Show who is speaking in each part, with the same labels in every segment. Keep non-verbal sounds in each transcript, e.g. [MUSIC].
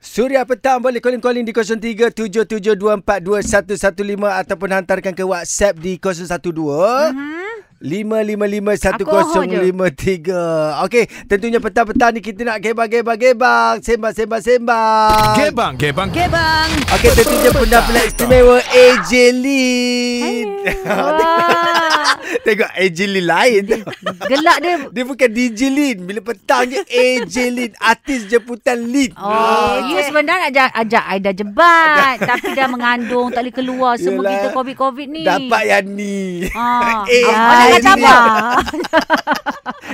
Speaker 1: Suria Petang boleh calling-calling di 0377242115 ataupun hantarkan ke WhatsApp di 012 5551053. Okey, tentunya petang-petang ni kita nak gebang-gebang-gebang, sembang-sembang-sembang.
Speaker 2: Gebang, gebang.
Speaker 3: Okay bang
Speaker 1: Okey, tentunya pendapatlah istimewa AJ Lee. [LAUGHS]
Speaker 3: Wah.
Speaker 1: Tengok AJ Lee lain.
Speaker 3: Gelak dia
Speaker 1: Dia bukan DJ Lin. Bila petang je AJ Lin. Artis jemputan Lin.
Speaker 3: Oh, you sebenarnya nak ajak, ajak Aida jebat Tapi dah mengandung, tak boleh keluar Semua
Speaker 1: Yelah.
Speaker 3: kita COVID-COVID ni
Speaker 1: Dapat yang ni.
Speaker 3: Ah,
Speaker 1: [LAUGHS] Eh, AJ
Speaker 3: apa nak kata
Speaker 1: Lin.
Speaker 3: [LAUGHS] apa?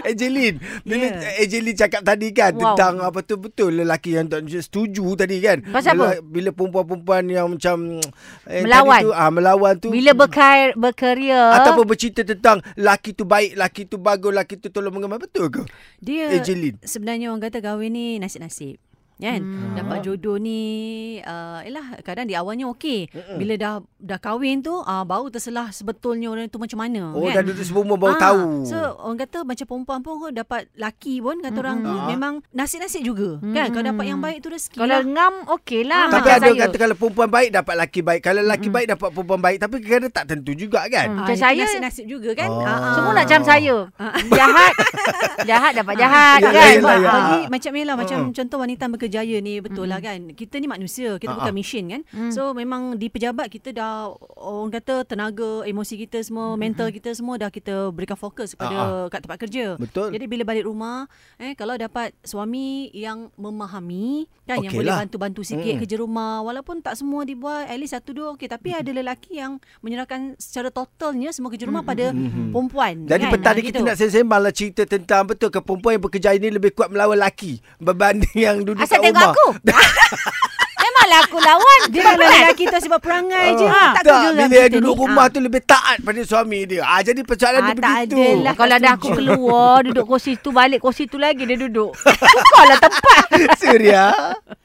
Speaker 1: AJ Lin. Bila
Speaker 3: Yeah.
Speaker 1: yeah. AJ Lin cakap tadi kan
Speaker 3: Ya. Wow.
Speaker 1: wow. tentang apa tu betul lelaki yang tak setuju tadi kan.
Speaker 3: Pasal
Speaker 1: bila,
Speaker 3: apa?
Speaker 1: Bila perempuan-perempuan yang macam eh,
Speaker 3: Melawan.
Speaker 1: Tadi tu, ah, melawan tu.
Speaker 3: Bila berkair, berkarier
Speaker 1: Ataupun bercerita tentang laki tu baik, laki tu bagus, laki tu tolong mengemban. Betul ke?
Speaker 4: Dia
Speaker 3: Ya.
Speaker 1: Ejelin.
Speaker 4: sebenarnya orang kata kahwin ni nasib-nasib. Kan? Hmm. Dapat jodoh ni uh, Yelah kadang di awalnya okey Bila dah dah kahwin tu uh, Baru terselah sebetulnya orang tu macam mana
Speaker 1: Oh, dah
Speaker 4: kan?
Speaker 1: duduk semua baru
Speaker 4: Ah,
Speaker 1: tahu.
Speaker 4: So orang kata macam perempuan pun kau dapat laki pun Kata orang
Speaker 1: Ah.
Speaker 4: tu memang nasib-nasib juga Kan kau dapat yang baik tu rezeki
Speaker 3: Kalau
Speaker 4: lah
Speaker 3: ngam, okey lah
Speaker 1: Ah. Tapi
Speaker 3: macam
Speaker 1: ada
Speaker 3: saya.
Speaker 1: kata kalau perempuan baik dapat laki baik. Kalau laki baik dapat perempuan baik. Tapi kadang tak tentu juga kan.
Speaker 3: Hmm.
Speaker 4: Ah,
Speaker 3: macam
Speaker 4: itu
Speaker 3: saya-
Speaker 4: Nasib-nasib juga kan
Speaker 1: Oh.
Speaker 4: Ah, ah.
Speaker 3: Semua nak macam saya
Speaker 1: Ah.
Speaker 3: Jahat Jahat dapat jahat
Speaker 1: Ya, ya,
Speaker 3: kan
Speaker 1: ya, ya.
Speaker 4: Bagi macam ni lah Macam contoh wanita berkejaya ni Betul lah kan Kita ni manusia Kita
Speaker 1: Ah,
Speaker 4: bukan
Speaker 1: ah.
Speaker 4: mesin kan So memang di pejabat kita dah Orang kata tenaga Emosi kita semua Mental kita semua Dah kita berikan fokus
Speaker 1: Ah,
Speaker 4: Kepada kat tempat kerja
Speaker 1: Betul.
Speaker 4: Jadi bila balik rumah eh Kalau dapat suami Yang memahami Kan yang
Speaker 1: Okey
Speaker 4: boleh
Speaker 1: lah.
Speaker 4: bantu-bantu sikit Kerja rumah Walaupun tak semua dibuat At least satu dua okey Tapi ada lelaki yang Menyerahkan secara totalnya Semua kerja rumah pada perempuan
Speaker 1: Jadi
Speaker 4: kan?
Speaker 1: petang
Speaker 4: Ah,
Speaker 1: ni kita
Speaker 4: gitu.
Speaker 1: nak sembang lah cerita tentang betul ke perempuan yang berkejaya ni lebih kuat melawan laki berbanding yang duduk
Speaker 3: Asal
Speaker 1: kat
Speaker 3: tengok
Speaker 1: rumah. [LAUGHS]
Speaker 3: aku Memanglah aku lawan
Speaker 4: Dia kalau lelaki tu sebab perangai je
Speaker 3: Ah.
Speaker 1: tak,
Speaker 4: Tak lah tahu
Speaker 1: bila yang duduk rumah tu lebih taat pada suami dia. Ah, jadi persoalan
Speaker 4: Ah,
Speaker 1: dia
Speaker 4: tak
Speaker 1: begitu.
Speaker 4: adalah.
Speaker 3: Kalau dah aku
Speaker 4: [LAUGHS]
Speaker 3: keluar Duduk kursi tu Balik kursi tu lagi dia duduk Bukalah tempat
Speaker 1: [LAUGHS] Suria.